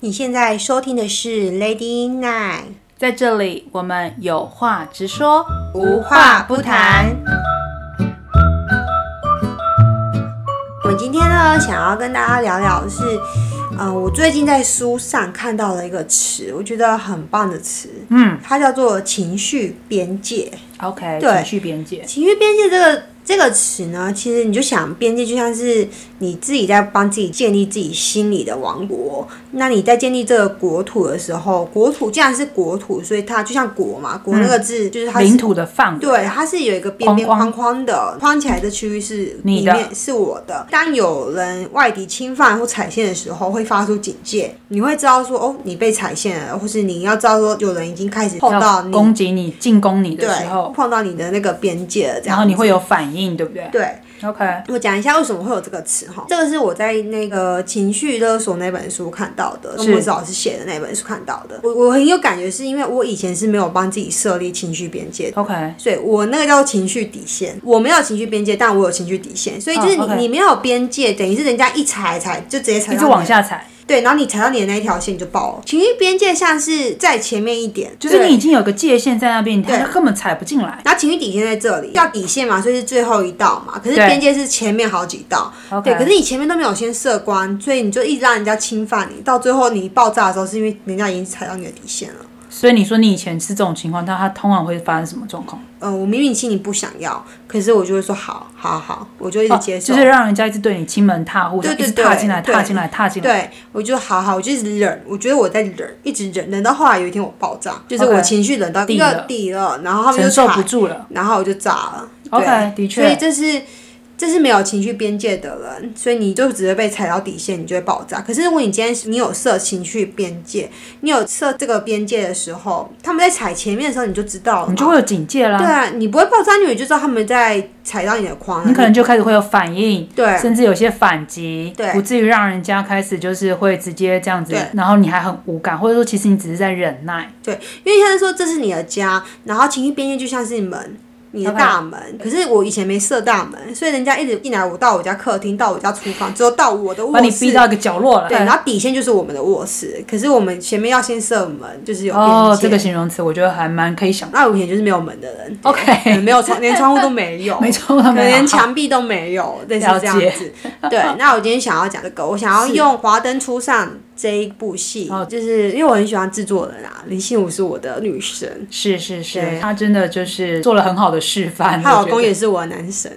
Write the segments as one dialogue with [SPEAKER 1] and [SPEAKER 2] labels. [SPEAKER 1] 你现在收听的是 Lady Night，
[SPEAKER 2] 在这里我们有话直说，
[SPEAKER 1] 无话不谈。。我们今天呢，想要跟大家聊聊的是，呃，我最近在书上看到了一个词，我觉得很棒的词，
[SPEAKER 2] 嗯
[SPEAKER 1] 它叫做情绪边界。
[SPEAKER 2] ，OK，
[SPEAKER 1] 对
[SPEAKER 2] 情绪边界，
[SPEAKER 1] 情绪边界这个这个词呢，其实你就想边界就像是你自己在帮自己建立自己心里的王国。那你在建立这个国土的时候，国土既然是国土，所以它就像国嘛，国那个字、就是它是
[SPEAKER 2] 领土的范围，
[SPEAKER 1] 对，它是有一个边边
[SPEAKER 2] 嗯框
[SPEAKER 1] 框
[SPEAKER 2] 框
[SPEAKER 1] 框的，框起来的区域是
[SPEAKER 2] 你
[SPEAKER 1] 里
[SPEAKER 2] 的
[SPEAKER 1] 面是我的。当有人外敌侵犯或踩线的时候，会发出警戒，你会知道说哦，你被踩线了，或是你要知道说有人已经开始碰到
[SPEAKER 2] 要
[SPEAKER 1] 你，
[SPEAKER 2] 攻击你、进攻你的时
[SPEAKER 1] 对，
[SPEAKER 2] 候，
[SPEAKER 1] 碰到你的那个边界了，这样子。
[SPEAKER 2] 然后你会有反应，对不对
[SPEAKER 1] 对。
[SPEAKER 2] ？OK，
[SPEAKER 1] 我讲一下为什么会有这个词哈，这个是我在那个情绪勒索那本书看到的，
[SPEAKER 2] 是
[SPEAKER 1] 莫子老师写的那本书看到的。我我很有感觉，是因为我以前是没有帮自己设立情绪边界的。
[SPEAKER 2] OK，
[SPEAKER 1] 所以我那个叫情绪底线，我没有情绪边界，但我有情绪底线，所以就是你、
[SPEAKER 2] 哦，OK
[SPEAKER 1] 你没有边界，等于是人家一踩踩就直接踩到
[SPEAKER 2] 一
[SPEAKER 1] 你
[SPEAKER 2] 直往，下踩，
[SPEAKER 1] 对，然后你踩到你的那一条线你就爆了。情绪边界像是在前面一点，
[SPEAKER 2] 就是
[SPEAKER 1] 对
[SPEAKER 2] 你已经有个界限在那边，
[SPEAKER 1] 对
[SPEAKER 2] 他根本踩不进来。
[SPEAKER 1] 然后情绪底线在这里，叫底线嘛，所以是最后一道嘛。可是
[SPEAKER 2] 对
[SPEAKER 1] 边界是前面好几道
[SPEAKER 2] OK
[SPEAKER 1] 对。可是你前面都没有先设关，所以你就一直让人家侵犯你，到最后你爆炸的时候，是因为人家已经踩到你的底线了。
[SPEAKER 2] 所以你说你以前是这种情况，那他通常会发生什么状况？
[SPEAKER 1] 呃，我明明心里不想要，可是我就会说好，好，好，我就一直
[SPEAKER 2] 哦
[SPEAKER 1] 接受。
[SPEAKER 2] 就是让人家一直对你亲门踏户，
[SPEAKER 1] 对对
[SPEAKER 2] 一直踏
[SPEAKER 1] 对
[SPEAKER 2] 进来、
[SPEAKER 1] 对
[SPEAKER 2] 踏进来、踏进来。
[SPEAKER 1] 对，我就好好，我就一直忍，我觉得我在忍，一直忍，忍到后来有一天我爆炸，就是我
[SPEAKER 2] OK
[SPEAKER 1] 情绪忍到一
[SPEAKER 2] 底
[SPEAKER 1] 个
[SPEAKER 2] 了
[SPEAKER 1] 底了，然后他们就
[SPEAKER 2] 承受
[SPEAKER 1] 踩
[SPEAKER 2] 不住了。
[SPEAKER 1] 然后我就炸了。
[SPEAKER 2] OK，
[SPEAKER 1] 对
[SPEAKER 2] 的确
[SPEAKER 1] 所以这是这是没有情绪边界的人，所以你就只会被踩到底线，你就会爆炸。可是如果你今天你有设情绪边界，你有设这个边界的时候，他们在踩前面的时候，你就知道了嘛，
[SPEAKER 2] 你就会有警戒
[SPEAKER 1] 对
[SPEAKER 2] 啦，
[SPEAKER 1] 啊，你不会爆炸，因为你就知道他们在踩到你的框啊了。
[SPEAKER 2] 你可能就开始会有反应，
[SPEAKER 1] 嗯对
[SPEAKER 2] 甚至有些反击，
[SPEAKER 1] 对
[SPEAKER 2] 不至于让人家开始就是会直接这样子
[SPEAKER 1] 对，
[SPEAKER 2] 然后你还很无感，或者说其实你只是在忍耐，
[SPEAKER 1] 对，因为像是说这是你的家，然后情绪边界就像是门。你的
[SPEAKER 2] OK
[SPEAKER 1] 大门可是我以前没设大门，所以人家一直进来，我到我家客厅，到我家厨房，之后到我的卧
[SPEAKER 2] 把
[SPEAKER 1] 室，
[SPEAKER 2] 你逼到一个角落
[SPEAKER 1] 对，
[SPEAKER 2] 了。哎
[SPEAKER 1] 然后底线就是我们的卧室，可是我们前面要先设门，就是有边界。
[SPEAKER 2] 哦，这个形容词我觉得还蛮可以想，
[SPEAKER 1] 那我以前就是没有门的人
[SPEAKER 2] OK
[SPEAKER 1] 对没有窗， 连窗户都没有，
[SPEAKER 2] 没错，
[SPEAKER 1] 可
[SPEAKER 2] 他
[SPEAKER 1] 能
[SPEAKER 2] 们
[SPEAKER 1] 连墙壁都没有，类似
[SPEAKER 2] 了
[SPEAKER 1] 这样
[SPEAKER 2] 解
[SPEAKER 1] 子。对，那我今天想要讲这个，我想要用《华灯初上》这一部戏，
[SPEAKER 2] 哦
[SPEAKER 1] 就是因为我很喜欢制作人啊，林心如是我的女神。
[SPEAKER 2] 是是是
[SPEAKER 1] 对，
[SPEAKER 2] 他真的就是做了很好的示范，
[SPEAKER 1] 她
[SPEAKER 2] 我
[SPEAKER 1] 老
[SPEAKER 2] 觉
[SPEAKER 1] 公
[SPEAKER 2] 得
[SPEAKER 1] 也是我的男神，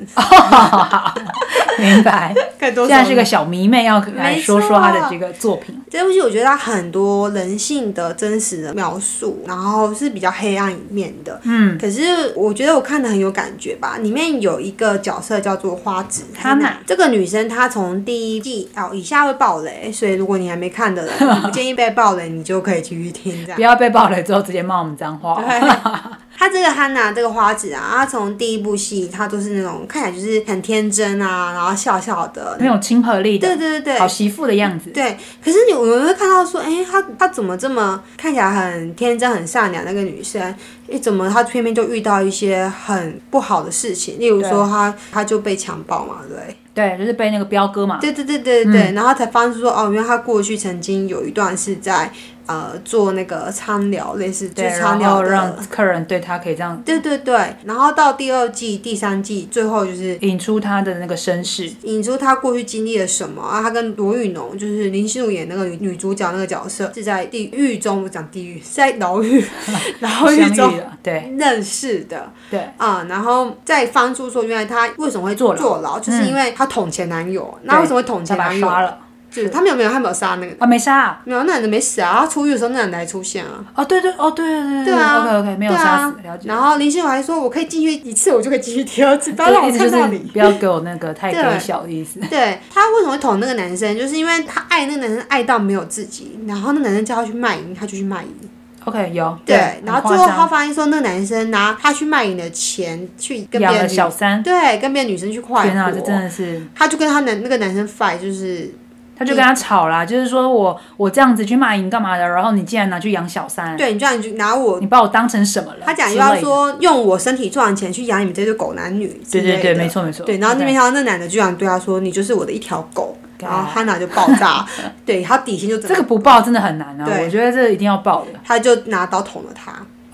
[SPEAKER 2] 明白。
[SPEAKER 1] 更多
[SPEAKER 2] 现在是个小迷妹，要来
[SPEAKER 1] 没
[SPEAKER 2] 说说她的
[SPEAKER 1] 错
[SPEAKER 2] 这个作品。
[SPEAKER 1] 这部戏我觉得它很多人性的真实的描述，然后是比较黑暗一面的。嗯，可是我觉得我看的很有感觉吧。里面有一个角色叫做花子，
[SPEAKER 2] 哈娜
[SPEAKER 1] 这个女生她从第一季哦，以下会爆雷，所以如果你还没看 的人，你不建议被爆雷，你就可以继续听这样
[SPEAKER 2] 不。要被爆雷之后直接骂我们脏话。哦
[SPEAKER 1] 她这个汉娜这个花子啊，她从第一部戏她都是那种看起来就是很天真啊，然后笑笑的，
[SPEAKER 2] 很有亲和力
[SPEAKER 1] 对
[SPEAKER 2] 的，
[SPEAKER 1] 对对对，
[SPEAKER 2] 好媳妇的样子。
[SPEAKER 1] 对，可是你我们会看到说，哎、她她怎么这么看起来很天真、很善良那个女生，哎，怎么她偏偏就遇到一些很不好的事情？例如说她她就被强暴嘛，对不对。
[SPEAKER 2] 对，就是被那个彪哥嘛，
[SPEAKER 1] 对对对对对
[SPEAKER 2] 嗯
[SPEAKER 1] 对，然后才发现说，哦，原来她过去曾经有一段是在呃做那个苍疗，类似就
[SPEAKER 2] 对，
[SPEAKER 1] 是苍
[SPEAKER 2] 然
[SPEAKER 1] 疗
[SPEAKER 2] 后
[SPEAKER 1] 的
[SPEAKER 2] 让客人对他可以这样
[SPEAKER 1] 对对对，然后到第二季、第三季，最后就是
[SPEAKER 2] 引出他的那个身世。
[SPEAKER 1] 引出她过去经历了什么啊？她跟罗玉农，就是林心如演那个女女主角那个角色，是在地狱中，我讲地狱，是在牢 狱，牢狱
[SPEAKER 2] 相
[SPEAKER 1] 中
[SPEAKER 2] 遇了，对
[SPEAKER 1] 认识的
[SPEAKER 2] 对，
[SPEAKER 1] 啊、然后再翻出说，原来她为什么会
[SPEAKER 2] 坐牢
[SPEAKER 1] 坐牢，就是因为她捅前男友。那为什么会捅
[SPEAKER 2] 他
[SPEAKER 1] 前
[SPEAKER 2] 把
[SPEAKER 1] 男
[SPEAKER 2] 他
[SPEAKER 1] 友？
[SPEAKER 2] 杀了
[SPEAKER 1] 就是她没有没有，她没有杀那个，
[SPEAKER 2] 啊，没杀啊
[SPEAKER 1] 没有，那男的没死啊。她出狱的时候，那男的还出现啊。
[SPEAKER 2] 哦，对对哦，对对
[SPEAKER 1] 对啊
[SPEAKER 2] OK OK，没有
[SPEAKER 1] 对
[SPEAKER 2] 杀
[SPEAKER 1] 啊
[SPEAKER 2] 死，了解。
[SPEAKER 1] 然后林心如还说，我可以进去一次，我就可以进去第二次，不要让
[SPEAKER 2] 对，
[SPEAKER 1] 我
[SPEAKER 2] 意思就
[SPEAKER 1] 看到
[SPEAKER 2] 是
[SPEAKER 1] 你。
[SPEAKER 2] 不要给我那个太
[SPEAKER 1] 对
[SPEAKER 2] 给小的意思。
[SPEAKER 1] 对他为什么会捅那个男生，就是因为他爱那个男生爱到没有自己，然后那男生叫他去卖淫，他就去卖淫。
[SPEAKER 2] OK，有
[SPEAKER 1] 对，
[SPEAKER 2] 很
[SPEAKER 1] 然后
[SPEAKER 2] 夸
[SPEAKER 1] 最后
[SPEAKER 2] 张
[SPEAKER 1] 他发现说，那个男生拿他去卖淫的钱去跟别
[SPEAKER 2] 养了
[SPEAKER 1] 的
[SPEAKER 2] 小三，
[SPEAKER 1] 女对跟别的女生去快
[SPEAKER 2] 天啊，这真
[SPEAKER 1] 活，
[SPEAKER 2] 的是，
[SPEAKER 1] 他就跟他男那个男生 fight，就是
[SPEAKER 2] 他就跟他吵啦，就是说我我这样子去骂淫干嘛的，然后你竟然拿去养小三，
[SPEAKER 1] 对你这样就拿我，
[SPEAKER 2] 你把我当成什么了？
[SPEAKER 1] 他讲
[SPEAKER 2] 之
[SPEAKER 1] 又要
[SPEAKER 2] 类的，
[SPEAKER 1] 说用我身体赚钱去养你们这对狗男女之
[SPEAKER 2] 对
[SPEAKER 1] 类的，
[SPEAKER 2] 对对，没错没错。
[SPEAKER 1] 对，然后那
[SPEAKER 2] OK
[SPEAKER 1] 边看到那男的居然对他说：“你就是我的一条狗。”然后 Hana 就爆炸，对，他底薪就整
[SPEAKER 2] 这个不报真的很难啊，我觉得这一定要报的。
[SPEAKER 1] 他就拿刀捅了他，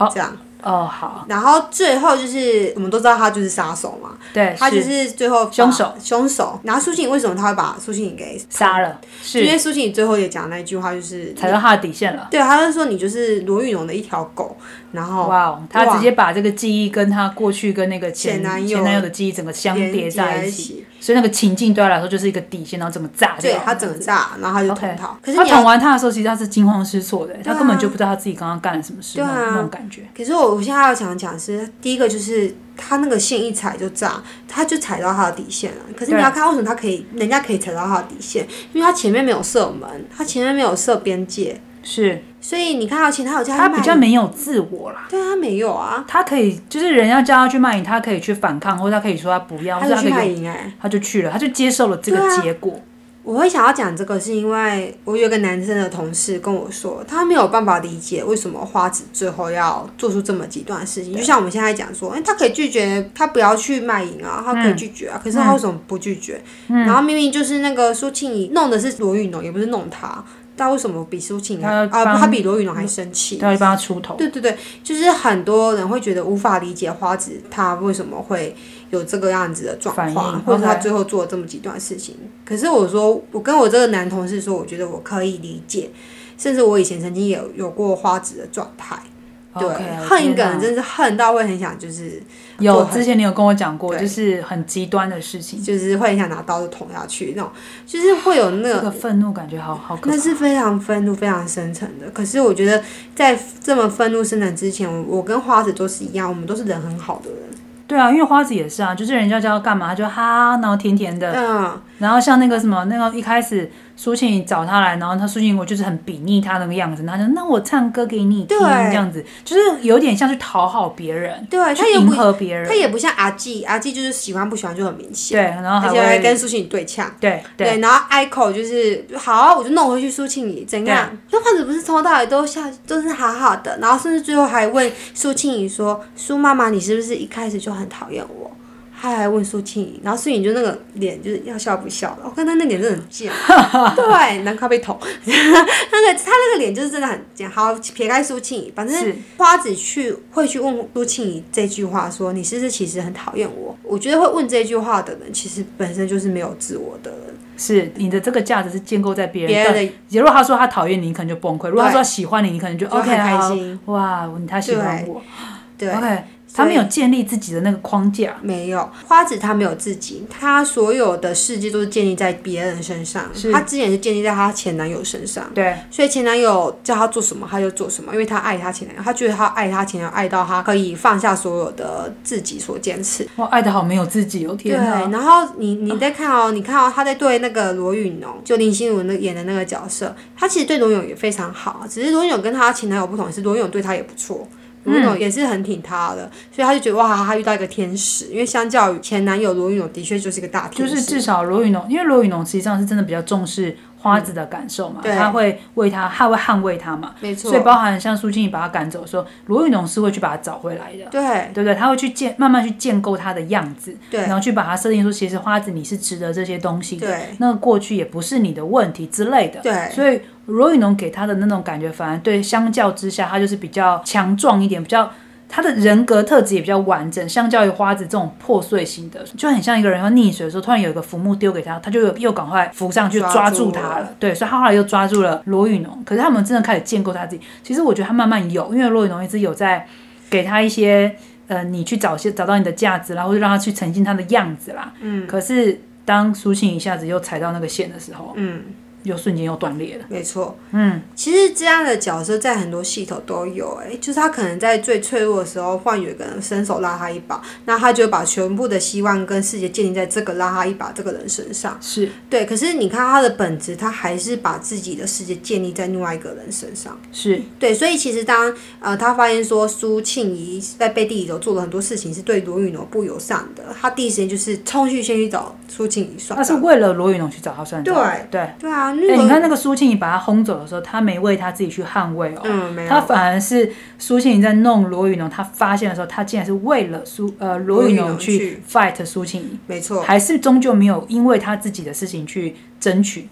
[SPEAKER 1] 这样。
[SPEAKER 2] 哦，好，
[SPEAKER 1] 然后最后就是我们都知道他就是杀手嘛，
[SPEAKER 2] 对，
[SPEAKER 1] 他就是最后把
[SPEAKER 2] 凶手
[SPEAKER 1] 凶手。然后苏庆为什么他会把苏庆给
[SPEAKER 2] 杀了，
[SPEAKER 1] 就因
[SPEAKER 2] 是
[SPEAKER 1] 为苏庆最后也讲那一句话，就是
[SPEAKER 2] 踩到他的底线了。
[SPEAKER 1] 对，他就说你就是罗玉荣的一条狗，然后
[SPEAKER 2] 哇哦，他直接把这个记忆跟他过去跟那个前
[SPEAKER 1] 前男友
[SPEAKER 2] 前男友的记忆整个相
[SPEAKER 1] 连
[SPEAKER 2] 叠在
[SPEAKER 1] 一
[SPEAKER 2] 一起，。所以那个情境对他来说就是一个底线，然后整个炸掉。
[SPEAKER 1] 对他整个炸，然后他就捅
[SPEAKER 2] OK
[SPEAKER 1] 他。可是
[SPEAKER 2] 他
[SPEAKER 1] 你要
[SPEAKER 2] 捅完他的时候，其实他是惊慌失措的，
[SPEAKER 1] 对啊
[SPEAKER 2] 他根本就不知道他自己刚刚干了什么事，
[SPEAKER 1] 对啊
[SPEAKER 2] 那种那种感觉。
[SPEAKER 1] 可是我现在要想讲是，第一个就是他那个线一踩就炸，他就踩到他的底线了。可是你
[SPEAKER 2] 对
[SPEAKER 1] 要看为什么他可以，人家可以踩到他的底线，因为他前面没有射门，他前面没有射边界，
[SPEAKER 2] 是
[SPEAKER 1] 所以你看到啊前他有叫
[SPEAKER 2] 他
[SPEAKER 1] 卖
[SPEAKER 2] 比较没有自我啦，
[SPEAKER 1] 对他没有啊，
[SPEAKER 2] 他可以就是人家叫他去卖淫，他可以去反抗，或者他可以说他不要，或
[SPEAKER 1] 他
[SPEAKER 2] 者
[SPEAKER 1] 就去
[SPEAKER 2] 他可以
[SPEAKER 1] 卖
[SPEAKER 2] 有
[SPEAKER 1] 淫哎、欸。
[SPEAKER 2] 他就去了，他就接受了这
[SPEAKER 1] 对
[SPEAKER 2] 个
[SPEAKER 1] 啊
[SPEAKER 2] 结果。
[SPEAKER 1] 我会想要讲这个，是因为我有一个男生的同事跟我说，他没有办法理解为什么花子最后要做出这么极端的事情。就像我们现在讲说，哎、他可以拒绝，他不要去卖淫啊，他
[SPEAKER 2] 嗯
[SPEAKER 1] 可以拒绝啊，可是他为什么不拒绝？然后明明就是那个苏庆怡弄的是罗玉农，也不是弄他，但为什么比苏庆怡还
[SPEAKER 2] 他
[SPEAKER 1] 啊、
[SPEAKER 2] 帮啊
[SPEAKER 1] 不他比罗玉农还生气？
[SPEAKER 2] 他就帮他出头。
[SPEAKER 1] 啊对对对，就是很多人会觉得无法理解花子他为什么会有这个样子的状
[SPEAKER 2] 反
[SPEAKER 1] 况
[SPEAKER 2] 应，
[SPEAKER 1] 或者他
[SPEAKER 2] OK
[SPEAKER 1] 最后做了这么极端的事情。可是我说，我跟我这个男同事说，我觉得我可以理解，甚至我以前曾经也有有过花子的状态。对
[SPEAKER 2] OK，
[SPEAKER 1] 恨一个
[SPEAKER 2] 天
[SPEAKER 1] 人
[SPEAKER 2] 哪
[SPEAKER 1] 真是恨到会很想，就是
[SPEAKER 2] 有
[SPEAKER 1] 做很
[SPEAKER 2] 之前你有跟我讲过，
[SPEAKER 1] 对
[SPEAKER 2] 就是很极端的事情，
[SPEAKER 1] 就是会很想拿刀子捅下去那种，就是会有那
[SPEAKER 2] 这
[SPEAKER 1] 个
[SPEAKER 2] 个愤怒感觉好好可
[SPEAKER 1] 那
[SPEAKER 2] 怕。
[SPEAKER 1] 是非常愤怒、非常深沉的。可是我觉得，在这么愤怒深沉之前，我我跟花子都是一样，我们都是人很好的人。
[SPEAKER 2] 对啊，因为花子也是啊，就是人家叫他干嘛，他就哈，然后甜甜的，
[SPEAKER 1] 嗯，
[SPEAKER 2] 然后像那个什么，那个一开始苏庆找他来，然后他苏庆我就是很鄙睨他那个样子，然后他就那我唱歌给你听
[SPEAKER 1] 对
[SPEAKER 2] 这样子，就是有点像去讨好别人，
[SPEAKER 1] 对，啊他
[SPEAKER 2] 去
[SPEAKER 1] 也
[SPEAKER 2] 迎
[SPEAKER 1] 不，
[SPEAKER 2] 合别人
[SPEAKER 1] 他，也不像阿纪，阿纪就是喜欢不喜欢就很明显，
[SPEAKER 2] 对，然后还
[SPEAKER 1] 而且还
[SPEAKER 2] 会
[SPEAKER 1] 跟苏庆怡对呛。
[SPEAKER 2] 对对
[SPEAKER 1] 对，然后 Echo 就是好啊，我就弄回去苏庆怡怎样？那花子不是从头到尾都笑，都是好好的，然后甚至最后还问苏庆怡说：“苏妈妈，你是不是一开始就很讨厌我？”他还问苏庆怡，然后苏庆怡就那个脸就是要笑不笑的，我看他那脸真的很 贱，对，难怪被捅。 那个他那个脸就是真的很贱。好，撇开苏庆怡，反正
[SPEAKER 2] 是
[SPEAKER 1] 花子去会去问苏庆怡这句话说：“你是不是其实很讨厌我？”我觉得会问这句话的人，其实本身就是没有自我的人。
[SPEAKER 2] 是你的这个价值是建构在别
[SPEAKER 1] 别
[SPEAKER 2] 人
[SPEAKER 1] 人
[SPEAKER 2] 的。
[SPEAKER 1] 的
[SPEAKER 2] 如果他说他讨厌你，你可能就崩溃；如果他
[SPEAKER 1] 对
[SPEAKER 2] 说他喜欢你，你可能就
[SPEAKER 1] 就
[SPEAKER 2] OK
[SPEAKER 1] 很开
[SPEAKER 2] 好
[SPEAKER 1] 心。
[SPEAKER 2] 哇，他喜欢我
[SPEAKER 1] 对，
[SPEAKER 2] ，OK，
[SPEAKER 1] 所
[SPEAKER 2] 他
[SPEAKER 1] 以
[SPEAKER 2] 没有建立自己的那个框架。
[SPEAKER 1] 没有花子，他没有自己，他所有的世界都是建立在别人身上
[SPEAKER 2] 是。
[SPEAKER 1] 他之前是建立在她前男友身上，
[SPEAKER 2] 对，
[SPEAKER 1] 所以前男友叫她做什么，她就做什么，因为她爱她前男友，她觉得她爱她前男友，爱到她可以放下所有的自己所坚持。
[SPEAKER 2] 哇，哦爱的好没有自己哦，
[SPEAKER 1] 对，啊
[SPEAKER 2] 天啊哪！
[SPEAKER 1] 然后你你再看哦，你看哦，他在对那个罗允农，就林心如那演的那个角色，他其实对罗永也非常好，啊只是罗永跟他前男友不同，是罗永对他也不错。
[SPEAKER 2] 嗯
[SPEAKER 1] 罗永也是很挺他的，所以他就觉得哇，他遇到一个天使，因为相较于前男友罗永，的确就是一个大
[SPEAKER 2] 就
[SPEAKER 1] 天使。
[SPEAKER 2] 是至少罗宇农，因为罗宇农实际上是真的比较重视花子的感受
[SPEAKER 1] 嗯
[SPEAKER 2] 嘛，
[SPEAKER 1] 对
[SPEAKER 2] 他会为他，他会捍卫他嘛，
[SPEAKER 1] 没错
[SPEAKER 2] 所以，包含像苏静怡把他赶走的时候，罗宇农是会去把他找回来的，
[SPEAKER 1] 对
[SPEAKER 2] 对不对？他会去建，慢慢去建构他的样子，
[SPEAKER 1] 对
[SPEAKER 2] 然后去把他设定说，其实花子你是值得这些东西的，
[SPEAKER 1] 对
[SPEAKER 2] 那个过去也不是你的问题之类的，
[SPEAKER 1] 对
[SPEAKER 2] 所以罗宇农给他的那种感觉，反而对相较之下，他就是比较强壮一点，比较。他的人格特质也比较完整，相较于花子这种破碎型的，就很像一个人要溺水的时候，突然有一个浮木丢给他，他就又又赶快浮上去
[SPEAKER 1] 抓
[SPEAKER 2] 抓
[SPEAKER 1] 住
[SPEAKER 2] 住
[SPEAKER 1] 了
[SPEAKER 2] 他了。对，所以他后来又抓住了罗宇农。可是他们真的开始建构他自己。其实我觉得他慢慢有，因为罗宇农一直有在给他一些呃，你去找些找到你的价值啦，或者让他去呈现他的样子啦。嗯。可是当苏庆一下子又踩到那个线的时候，
[SPEAKER 1] 嗯，
[SPEAKER 2] 又瞬间又断裂了。
[SPEAKER 1] 没错。
[SPEAKER 2] 嗯，
[SPEAKER 1] 其实这样的角色在很多系统都有、欸，哎，就是他可能在最脆弱的时候，换有一个人伸手拉他一把，那他就把全部的希望跟世界建立在这个拉他一把这个人身上。
[SPEAKER 2] 是
[SPEAKER 1] 对，可是你看他的本质，他还是把自己的世界建立在另外一个人身上。
[SPEAKER 2] 是，
[SPEAKER 1] 对，所以其实当呃他发现说苏庆怡在背地里头做了很多事情是对罗宇农不友善的，他第一时间就是冲去先去找苏庆怡算
[SPEAKER 2] 他是
[SPEAKER 1] 账。
[SPEAKER 2] 为了罗宇农去找他算账。
[SPEAKER 1] 对
[SPEAKER 2] 对，
[SPEAKER 1] 对啊，那
[SPEAKER 2] 哎、
[SPEAKER 1] 个
[SPEAKER 2] 你看那个苏庆仪把他轰走的时候，他没为他自己去捍卫哦，
[SPEAKER 1] 嗯，没有
[SPEAKER 2] 他反而是苏庆仪在弄罗宇农，他发现的时候，他竟然是为了苏呃罗
[SPEAKER 1] 罗
[SPEAKER 2] 宇
[SPEAKER 1] 宇
[SPEAKER 2] 农
[SPEAKER 1] 农
[SPEAKER 2] 去
[SPEAKER 1] 去
[SPEAKER 2] fight 苏庆仪，
[SPEAKER 1] 没错，
[SPEAKER 2] 还是终究没有因为他自己的事情去争取。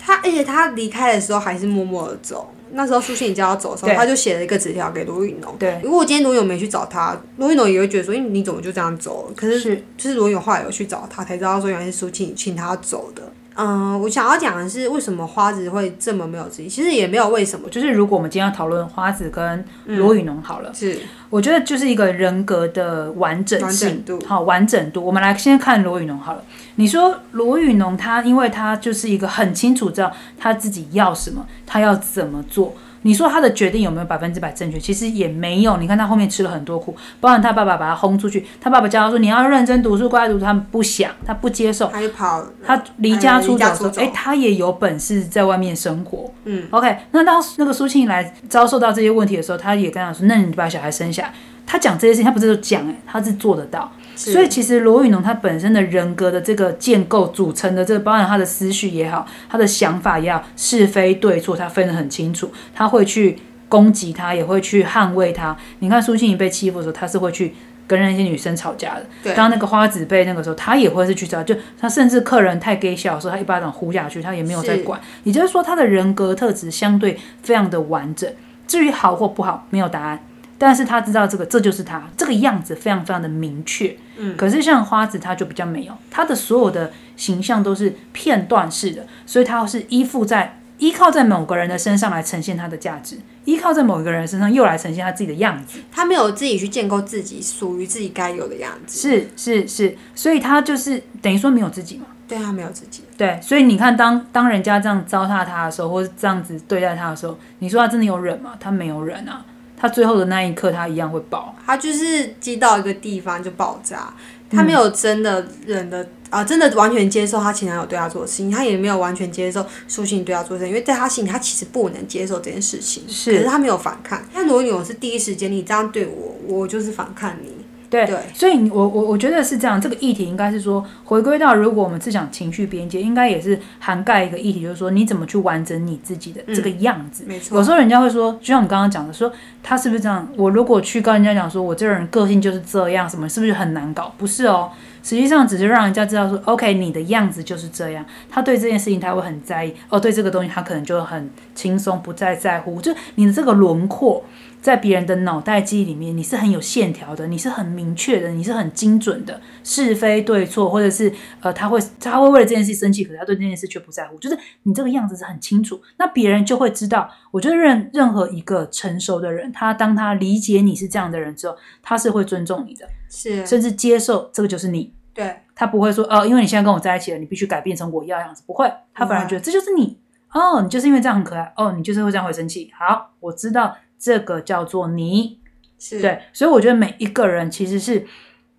[SPEAKER 1] 他而且他离开的时候还是默默的走。那时候苏信已经要走的时候，
[SPEAKER 2] 对
[SPEAKER 1] 他就写了一个纸条给罗宇农。
[SPEAKER 2] 对，
[SPEAKER 1] 如果今天罗宇农没去找他，罗宇农也会觉得说，哎，你怎么就这样走了？可是
[SPEAKER 2] 是
[SPEAKER 1] 就是罗永后来有去找他，才知道说原来是苏庆请他走的。嗯，我想要讲的是，为什么花子会这么没有自信？其实也没有为什么，
[SPEAKER 2] 就是如果我们今天要讨论花子跟
[SPEAKER 1] 嗯
[SPEAKER 2] 罗宇农好了，
[SPEAKER 1] 是
[SPEAKER 2] 我觉得就是一个人格的完整性，
[SPEAKER 1] 完整度
[SPEAKER 2] 好完整度。我们来先看罗宇农好了。你说罗宇农他，因为他就是一个很清楚知道他自己要什么，他要怎么做。你说他的决定有没有百分之百正确？其实也没有。你看他后面吃了很多苦，包含他爸爸把他轰出去，他爸爸叫他说你要认真读书，乖乖读书，他不想，他不接受。
[SPEAKER 1] 他就跑，
[SPEAKER 2] 他离家出走的时候
[SPEAKER 1] 嗯离家出，走
[SPEAKER 2] 哎、他也有本事在外面生活。
[SPEAKER 1] 嗯
[SPEAKER 2] ，OK，那当那个苏庆来遭受到这些问题的时候，他也跟他说：“那你把小孩生下来。”他讲这些事情，他不是就讲，哎，他是做得到。
[SPEAKER 1] 是
[SPEAKER 2] 所以其实罗宇农他本身的人格的这个建构组成的这个，包含他的思绪也好，他的想法也好，是非对错他分得很清楚，他会去攻击他，也会去捍卫他。你看苏庆怡被欺负的时候，他是会去跟那些女生吵架的。
[SPEAKER 1] 对
[SPEAKER 2] 当那个花子被那个时候，他也会是去找，就他甚至客人太 gay 笑的时候，他一巴掌呼下去，他也没有在管。也就是说，他的人格特质相对非常的完整。至于好或不好，没有答案。但是他知道这个，这就是他这个样子，非常非常的明确。嗯，可是像花子，他就比较没有，他的所有的形象都是片段式的，所以他是依附在依靠在某个人的身上来呈现他的价值，依靠在某一个人身上又来呈现他自己的样子。
[SPEAKER 1] 他没有自己去建构自己属于自己该有的样子。
[SPEAKER 2] 是是是，所以他就是等于说没有自己嘛。
[SPEAKER 1] 对他没有自己，
[SPEAKER 2] 对，所以你看当，当人家这样糟蹋他的时候，或是这样子对待他的时候，你说他真的有忍吗？他没有忍啊，他最后的那一刻，他一样会爆。
[SPEAKER 1] 他就是激到一个地方就爆炸，他没有真的忍的啊、真的完全接受他前男友对他做的事情，他也没有完全接受苏信对他做的事情，因为在他心里他其实不能接受这件事情，
[SPEAKER 2] 是
[SPEAKER 1] 可是他没有反抗。但如果你我是第一时间你这样对我，我就是反抗你，
[SPEAKER 2] 对，
[SPEAKER 1] 对
[SPEAKER 2] 所以你我我我觉得是这样，这个议题应该是说，回归到如果我们是讲情绪边界，应该也是涵盖一个议题，就是说你怎么去完整你自己的这个样子。
[SPEAKER 1] 没
[SPEAKER 2] 有
[SPEAKER 1] 错，
[SPEAKER 2] 时候人家会说，就像我们刚刚讲的，说他是不是这样？我如果去跟人家讲说，我这个人个性就是这样，什么是不是很难搞？不是哦，实际上只是让人家知道说，OK，你的样子就是这样。他对这件事情他会很在意，哦，对这个东西他可能就很轻松，不再在乎。就你的这个轮廓，在别人的脑袋记忆里面，你是很有线条的，你是很明确的，你是很精准的，是非对错，或者是呃，他会他会为了这件事生气，可是他对这件事却不在乎，就是你这个样子是很清楚，那别人就会知道。我觉得任任何一个成熟的人，他当他理解你是这样的人之后，他是会尊重你的，
[SPEAKER 1] 是，
[SPEAKER 2] 甚至接受这个就是你。
[SPEAKER 1] 对，
[SPEAKER 2] 他不会说哦，因为你现在跟我在一起了，你必须改变成我要的样子，不会，他反而觉得这就是你哦，你就是因为这样很可爱哦，你就是会这样会生气。好，我知道这个叫做你，
[SPEAKER 1] 是，
[SPEAKER 2] 对，所以我觉得每一个人其实是，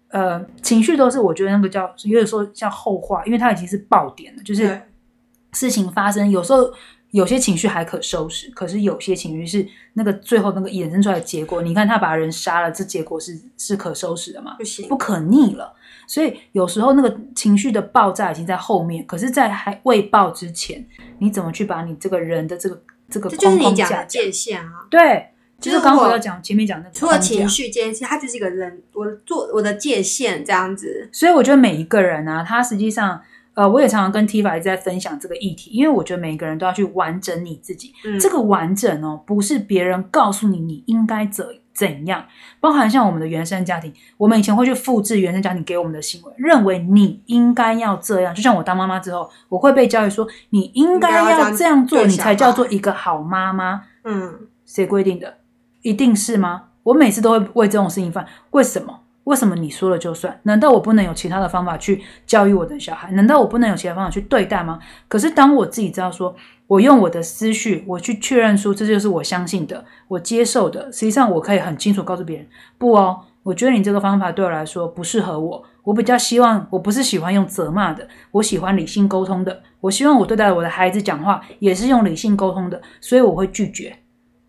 [SPEAKER 2] 呃，情绪都是我觉得那个叫，有点说叫后话，因为它已经是爆点了，就是
[SPEAKER 1] 对
[SPEAKER 2] 事情发生，有时候有些情绪还可收拾，可是有些情绪是那个最后那个衍生出来的结果。你看他把人杀了，这结果是是可收拾的嘛，
[SPEAKER 1] 不行
[SPEAKER 2] 不，可逆了。所以有时候那个情绪的爆炸已经在后面，可是，在还未爆之前，你怎么去把你这个人的这个这个
[SPEAKER 1] 这就是
[SPEAKER 2] 框
[SPEAKER 1] 你
[SPEAKER 2] 框
[SPEAKER 1] 讲
[SPEAKER 2] 架
[SPEAKER 1] 的界限啊。
[SPEAKER 2] 对，就
[SPEAKER 1] 就是是
[SPEAKER 2] 刚刚
[SPEAKER 1] 我
[SPEAKER 2] 回到讲前面讲那个
[SPEAKER 1] 除了
[SPEAKER 2] 框架
[SPEAKER 1] 情绪这件事，它就是一个人，我的做我的界限这样子，
[SPEAKER 2] 所以我觉得每一个人啊，他实际上，呃，我也常常跟 Tifa 一直在分享这个议题，因为我觉得每一个人都要去完整你自己。
[SPEAKER 1] 嗯，
[SPEAKER 2] 这个完整哦，不是别人告诉你你应该怎怎样，包含像我们的原生家庭，我们以前会去复制原生家庭给我们的行为，认为你应该要这样。就像我当妈妈之后，我会被教育说，你应该
[SPEAKER 1] 应该
[SPEAKER 2] 要
[SPEAKER 1] 要
[SPEAKER 2] 这样做，
[SPEAKER 1] 对
[SPEAKER 2] 你
[SPEAKER 1] 小
[SPEAKER 2] 才
[SPEAKER 1] 孩
[SPEAKER 2] 叫做一个好妈妈。
[SPEAKER 1] 嗯，
[SPEAKER 2] 谁规定的？一定是吗？我每次都会为这种事情犯，为什么？为什么你说了就算？难道我不能有其他的方法去教育我的小孩？难道我不能有其他方法去对待吗？可是当我自己知道说，我用我的思绪，我去确认出这就是我相信的，我接受的，实际上我可以很清楚告诉别人，不哦，我觉得你这个方法对我来说不适合我，我比较希望我不是喜欢用责骂的，我喜欢理性沟通的，我希望我对待我的孩子讲话也是用理性沟通的，所以我会拒绝，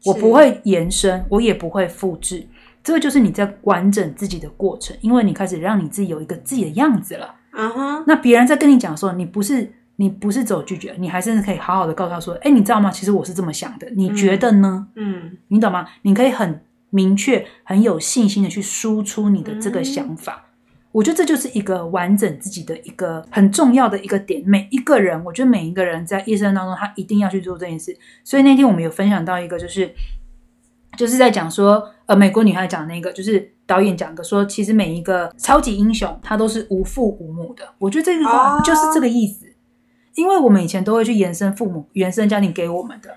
[SPEAKER 2] 我
[SPEAKER 1] 是
[SPEAKER 2] 不会延伸，我也不会复制。这个就是你在完整自己的过程，因为你开始让你自己有一个自己的样子了。
[SPEAKER 1] 嗯哼，
[SPEAKER 2] 那别人在跟你讲的时候，你不是你不是走拒绝，你还甚至可以好好的告诉他说，哎，你知道吗？其实我是这么想的，你觉得呢？
[SPEAKER 1] 嗯
[SPEAKER 2] 你懂吗？你可以很明确、很有信心的去输出你的这个想法。我觉得这就是一个完整自己的一个很重要的一个点。每一个人，我觉得每一个人在一生当中，他一定要去做这件事。所以那天我们有分享到一个，就是就是在讲说，呃，美国女孩讲那个，就是导演讲的说，其实每一个超级英雄他都是无父无母的。我觉得这句话
[SPEAKER 1] 哦
[SPEAKER 2] 就是这个意思，因为我们以前都会去延伸父母、原生家庭给我们的。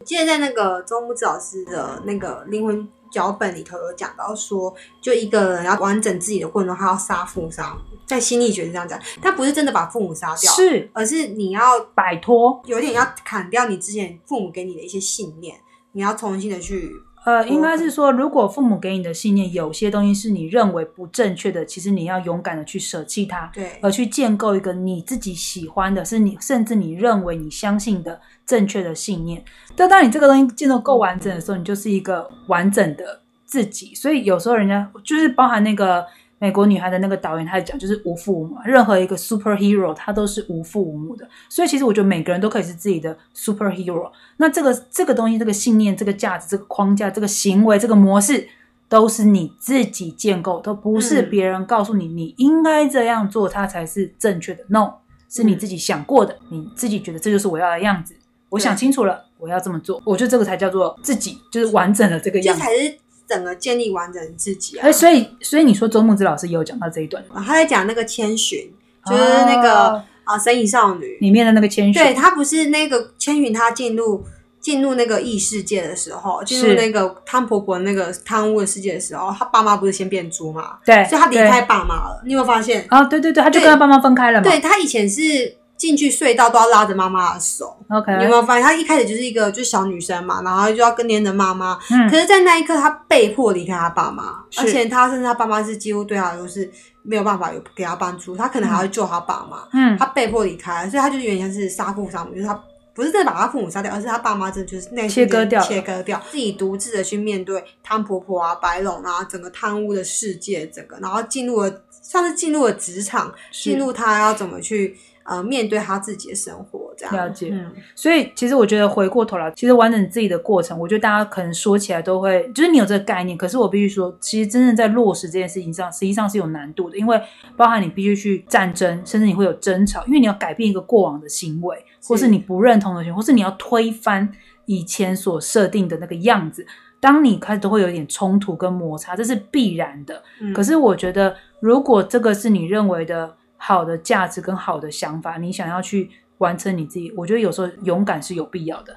[SPEAKER 1] 我记得在那个周牧之老师的那个灵魂脚本里头有讲到说，就一个人要完整自己的过程中，他要杀父杀母，在心理学是这样讲，他不是真的把父母杀掉，
[SPEAKER 2] 是
[SPEAKER 1] 而是你要
[SPEAKER 2] 摆脱，
[SPEAKER 1] 有点要砍掉你之前父母给你的一些信念，你要重新的去，
[SPEAKER 2] 呃，应该是说，如果父母给你的信念有些东西是你认为不正确的，其实你要勇敢的去舍弃它，
[SPEAKER 1] 对，
[SPEAKER 2] 而去建构一个你自己喜欢的，是你甚至你认为你相信的正确的信念。但当你这个东西建构够完整的时候，你就是一个完整的自己。所以有时候人家就是包含那个美国女孩的那个导演，他讲就是无父无母，任何一个 superhero 他都是无父无母的。所以其实我觉得每个人都可以是自己的 superhero。那这个这个东西，这个信念、这个价值、这个框架、这个行为、这个模式，都是你自己建构，都不是
[SPEAKER 1] 嗯
[SPEAKER 2] 别人告诉你你应该这样做，它才是正确的。No，是
[SPEAKER 1] 嗯
[SPEAKER 2] 你自己想过的，你自己觉得这就是我要的样子。我想清楚了，我要这么做。我觉得这个才叫做自己，就是完整的这个
[SPEAKER 1] 这
[SPEAKER 2] 样子。
[SPEAKER 1] 才是整个建立完整自己啊
[SPEAKER 2] 哎，。所以所以你说周牧之老师也有讲到这一段，
[SPEAKER 1] 啊他在讲那个千寻，就是那个
[SPEAKER 2] 哦
[SPEAKER 1] 啊，神隐少女，
[SPEAKER 2] 里面的那个谦
[SPEAKER 1] 对
[SPEAKER 2] 逊，
[SPEAKER 1] 他不是那个千寻，他进入进入那个异世界的时候，进入
[SPEAKER 2] 是
[SPEAKER 1] 那个汤婆婆那个贪污的世界的时候，他爸妈不是先变猪嘛，
[SPEAKER 2] 对，
[SPEAKER 1] 所以他离
[SPEAKER 2] 对
[SPEAKER 1] 开爸妈了。你有没有发现？
[SPEAKER 2] 啊，对对对，他就
[SPEAKER 1] 对
[SPEAKER 2] 跟他爸妈分开了嘛。
[SPEAKER 1] 对他以前是进去隧道都要拉着妈妈的手，
[SPEAKER 2] ，OK，
[SPEAKER 1] 你有没有发现？他一开始就是一个就是小女生嘛，然后就要跟黏着妈妈。
[SPEAKER 2] 嗯
[SPEAKER 1] 可是，在那一刻，他被迫离开他爸妈，
[SPEAKER 2] 是
[SPEAKER 1] 而且他甚至他爸妈是几乎对他都是没有办法有给他帮助，他可能还要救他爸妈。
[SPEAKER 2] 嗯
[SPEAKER 1] 他被迫离开，所以他就是有点像是杀父杀母，就是他不是真的把他父母杀掉，而是他爸妈真的就是那
[SPEAKER 2] 切割掉了
[SPEAKER 1] 切割掉，自己独自的去面对汤婆婆啊、白龙啊，整个贪污的世界，整个然后进入了算是进入了职场，
[SPEAKER 2] 是
[SPEAKER 1] 进入他要怎么去呃面对他自己的生活这样。
[SPEAKER 2] 了解
[SPEAKER 1] 嗯，
[SPEAKER 2] 所以其实我觉得回过头来，其实完整自己的过程，我觉得大家可能说起来都会，就是你有这个概念，可是我必须说，其实真正在落实这件事情上，实际上是有难度的，因为包含你必须去战争，甚至你会有争吵，因为你要改变一个过往的行为，或是你不认同的行为，或是你要推翻以前所设定的那个样子。当你开始都会有一点冲突跟摩擦，这是必然的。
[SPEAKER 1] 嗯
[SPEAKER 2] 可是我觉得，如果这个是你认为的好的价值跟好的想法，你想要去完成你自己，我觉得有时候勇敢是有必要的。
[SPEAKER 1] 嗯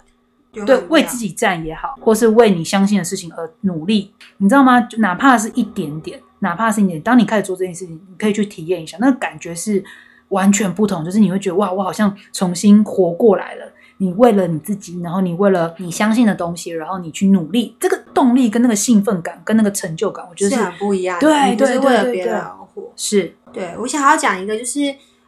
[SPEAKER 1] 有
[SPEAKER 2] 对
[SPEAKER 1] 很，
[SPEAKER 2] 为
[SPEAKER 1] 多
[SPEAKER 2] 自己站也好，或是为你相信的事情而努力，你知道吗？就哪怕是一点点，哪怕是一点，当你开始做这件事情，你可以去体验一下，那个感觉是完全不同，就是你会觉得哇，我好像重新活过来了。你为了你自己，然后你为了你相信的东西，然后你去努力，这个动力跟那个兴奋感跟那个成就感，我觉得
[SPEAKER 1] 是啊
[SPEAKER 2] 是
[SPEAKER 1] 很不一样的，
[SPEAKER 2] 对
[SPEAKER 1] 你不
[SPEAKER 2] 对
[SPEAKER 1] 是
[SPEAKER 2] 对
[SPEAKER 1] 为了
[SPEAKER 2] 对
[SPEAKER 1] 别人
[SPEAKER 2] 对
[SPEAKER 1] 而活。
[SPEAKER 2] 是
[SPEAKER 1] 对我想要讲一个，就是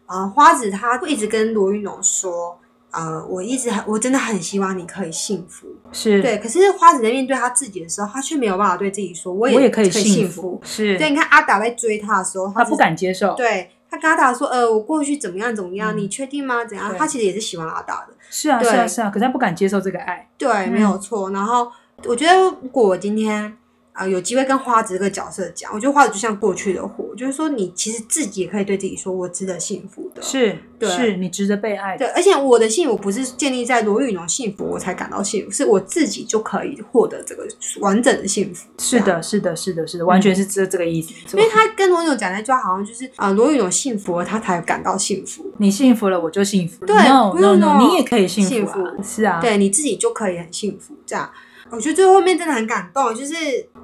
[SPEAKER 1] 呃，花子她会一直跟罗玉农说，呃，我一直很，我真的很希望你可以幸福。
[SPEAKER 2] 是，
[SPEAKER 1] 对，可是花子在面对她自己的时候，她却没有办法对自己说，我
[SPEAKER 2] 我
[SPEAKER 1] 也
[SPEAKER 2] 也
[SPEAKER 1] 可
[SPEAKER 2] 可以
[SPEAKER 1] 幸
[SPEAKER 2] 幸福，。是
[SPEAKER 1] 对，你看阿达在追她的时候，
[SPEAKER 2] 他
[SPEAKER 1] 是
[SPEAKER 2] 不，敢接受，，
[SPEAKER 1] 对他跟阿达说，呃，我过去怎么样怎么样，
[SPEAKER 2] 嗯
[SPEAKER 1] 你确定吗？怎样？
[SPEAKER 2] 对
[SPEAKER 1] 他其实也是喜欢阿达的，
[SPEAKER 2] 是啊，
[SPEAKER 1] 对
[SPEAKER 2] 是啊，是啊，可是他不敢接受这个爱，
[SPEAKER 1] 对，没
[SPEAKER 2] 嗯
[SPEAKER 1] 有错。然后我觉得，如果我今天呃有机会跟花子这个角色讲，我觉得花子就像过去的火，就是说你其实自己也可以对自己说，我值得幸福的。
[SPEAKER 2] 是，
[SPEAKER 1] 对
[SPEAKER 2] 是你值得被爱的，
[SPEAKER 1] 对，而且我的幸福不是建立在罗玉农幸福我才感到幸福，是我自己就可以获得这个完整的幸福。
[SPEAKER 2] 是
[SPEAKER 1] 这样，
[SPEAKER 2] 的，是的，是的，是的，完全是这这个意思。
[SPEAKER 1] 嗯因为他跟罗玉农讲那句话，好像就是啊、呃罗玉农幸福了，他才感到幸福。
[SPEAKER 2] 你幸福了，我就幸福。
[SPEAKER 1] 对
[SPEAKER 2] no
[SPEAKER 1] 不
[SPEAKER 2] no
[SPEAKER 1] 用
[SPEAKER 2] no，
[SPEAKER 1] no，
[SPEAKER 2] 你也可以幸
[SPEAKER 1] 幸
[SPEAKER 2] 福啊。
[SPEAKER 1] 福
[SPEAKER 2] 是啊，
[SPEAKER 1] 对，你自己就可以很幸福。这样，我觉得最后面真的很感动，就是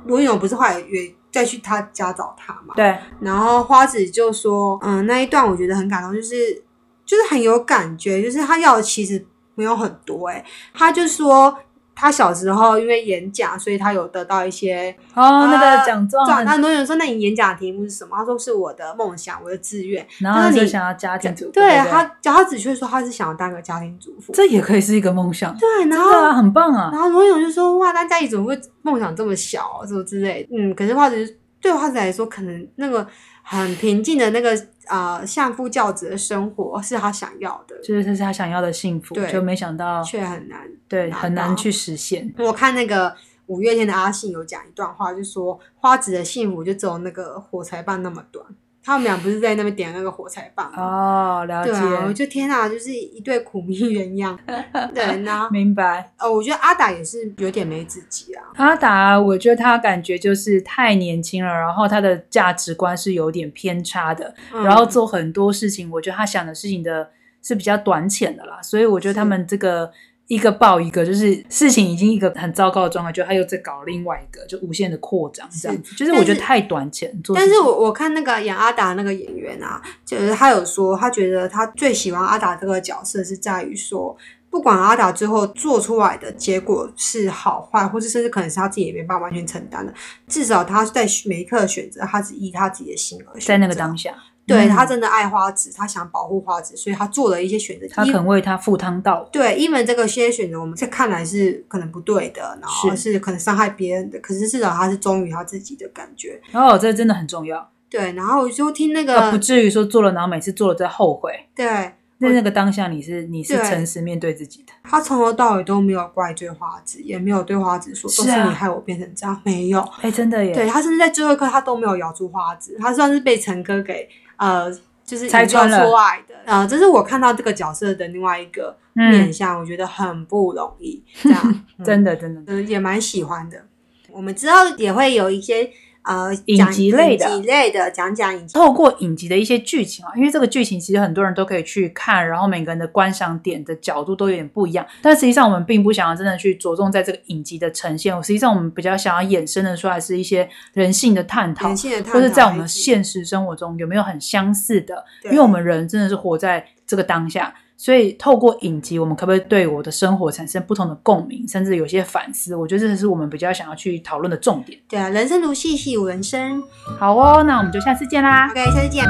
[SPEAKER 1] 罗玉农不是后来也再去他家找他嘛，
[SPEAKER 2] 对
[SPEAKER 1] 然后花子就说，嗯，那一段我觉得很感动，就是就是很有感觉，就是他要的其实没有很多、欸，他就说。他小时候因为演讲，所以他有得到一些
[SPEAKER 2] 哦，那个
[SPEAKER 1] 啊
[SPEAKER 2] 奖状，
[SPEAKER 1] 那很多人说，那你演讲的题目是什么？他说是我的梦想，我的志愿。
[SPEAKER 2] 然后他
[SPEAKER 1] 那
[SPEAKER 2] 就
[SPEAKER 1] 你
[SPEAKER 2] 想要家庭主妇，
[SPEAKER 1] 对啊
[SPEAKER 2] 不
[SPEAKER 1] 他，他只却说他是想要当个家庭主妇。
[SPEAKER 2] 这也可以是一个梦想，
[SPEAKER 1] 对，然
[SPEAKER 2] 真
[SPEAKER 1] 后
[SPEAKER 2] 的啊，很棒啊。
[SPEAKER 1] 然后罗永就说：“哇，那家里怎么会梦想这么小，什么之类的？”嗯，可是花子对花子来说，可能那个很平静的那个呃相夫教子的生活是他想要的，
[SPEAKER 2] 就是这是他想要的幸福，
[SPEAKER 1] 对啊
[SPEAKER 2] 就没想到
[SPEAKER 1] 却很难。
[SPEAKER 2] 对
[SPEAKER 1] 拿
[SPEAKER 2] 很难
[SPEAKER 1] 到
[SPEAKER 2] 去实现。
[SPEAKER 1] 我看那个五月天的阿信有讲一段话，就说花子的幸福就只有那个火柴棒那么短。他们俩不是在那边点那个火柴棒吗？
[SPEAKER 2] 哦，了
[SPEAKER 1] 对啊，我
[SPEAKER 2] 解，
[SPEAKER 1] 就天啊，就是一对苦命鸳 鸯。对，然后
[SPEAKER 2] 明白。
[SPEAKER 1] 呃，我觉得阿达也是有点没自己啊。
[SPEAKER 2] 阿达，我觉得他感觉就是太年轻了，然后他的价值观是有点偏差的，
[SPEAKER 1] 嗯
[SPEAKER 2] 然后做很多事情，我觉得他想的事情的是比较短浅的啦，所以我觉得他们这个一个爆一个，就是事情已经一个很糟糕的状态，就他又在搞另外一个，就无限的扩张这样子，就是我觉
[SPEAKER 1] 但
[SPEAKER 2] 得
[SPEAKER 1] 是
[SPEAKER 2] 太短浅。做
[SPEAKER 1] 但
[SPEAKER 2] 事
[SPEAKER 1] 是
[SPEAKER 2] 情
[SPEAKER 1] 我我看那个演阿达那个演员啊，就是他有说，他觉得他最喜欢阿达这个角色是在于说，不管阿达最后做出来的结果是好坏，或是甚至可能是他自己也没办法完全承担的，至少他在每一刻的选择，他是依他自己的心而选择。
[SPEAKER 2] 在那个当下，
[SPEAKER 1] 对
[SPEAKER 2] 嗯
[SPEAKER 1] 他真的爱花子，他想保护花子，所以他做了一些选择。
[SPEAKER 2] 他肯为他赴汤蹈火。
[SPEAKER 1] 对，因为这个些选择，我们这看来是可能不对的，然后是可能伤害别人的，可是至少他是忠于他自己的感觉。
[SPEAKER 2] 哦，这真的很重要，
[SPEAKER 1] 对，然后我就听那个，
[SPEAKER 2] 他啊不至于说做了，然后每次做了再后悔。
[SPEAKER 1] 对
[SPEAKER 2] 在
[SPEAKER 1] 我
[SPEAKER 2] 那个当下，你是你是
[SPEAKER 1] 对
[SPEAKER 2] 诚实面对自己的。
[SPEAKER 1] 他从头到尾都没有怪罪花子，也没有对花子说都
[SPEAKER 2] 是
[SPEAKER 1] 是
[SPEAKER 2] 啊
[SPEAKER 1] 你害我变成这样，没有。
[SPEAKER 2] 哎，真的耶，
[SPEAKER 1] 对他甚至在最后一刻他都没有咬住花子，他算是被陈哥给呃就是
[SPEAKER 2] 拆
[SPEAKER 1] 引诱
[SPEAKER 2] 穿了
[SPEAKER 1] 出来的。呃，这是我看到这个角色的另外一个面
[SPEAKER 2] 嗯，
[SPEAKER 1] 相，我觉得很不容易。这样，嗯、
[SPEAKER 2] 真的真的，
[SPEAKER 1] 呃也蛮喜欢的。我们之后也会有一些呃
[SPEAKER 2] 影
[SPEAKER 1] 讲
[SPEAKER 2] 集类的
[SPEAKER 1] 影集类的讲讲影集。
[SPEAKER 2] 透过影集的一些剧情啊，因为这个剧情其实很多人都可以去看，然后每个人的观赏点的角度都有点不一样。但实际上，我们并不想要真的去着重在这个影集的呈现，实际上我们比较想要衍生的出来是一些人性的探讨
[SPEAKER 1] 人。性的探讨
[SPEAKER 2] 或者在我们
[SPEAKER 1] 还是
[SPEAKER 2] 现实生活中有没有很相似的？
[SPEAKER 1] 对
[SPEAKER 2] 因为我们人真的是活在这个当下，所以透过影集，我们可不可以对我的生活产生不同的共鸣，甚至有些反思？我觉得这是我们比较想要去讨论的重点。
[SPEAKER 1] 对啊，人生如戏，戏如人生。
[SPEAKER 2] 好哦，那我们就下次见啦。
[SPEAKER 1] OK，下次见。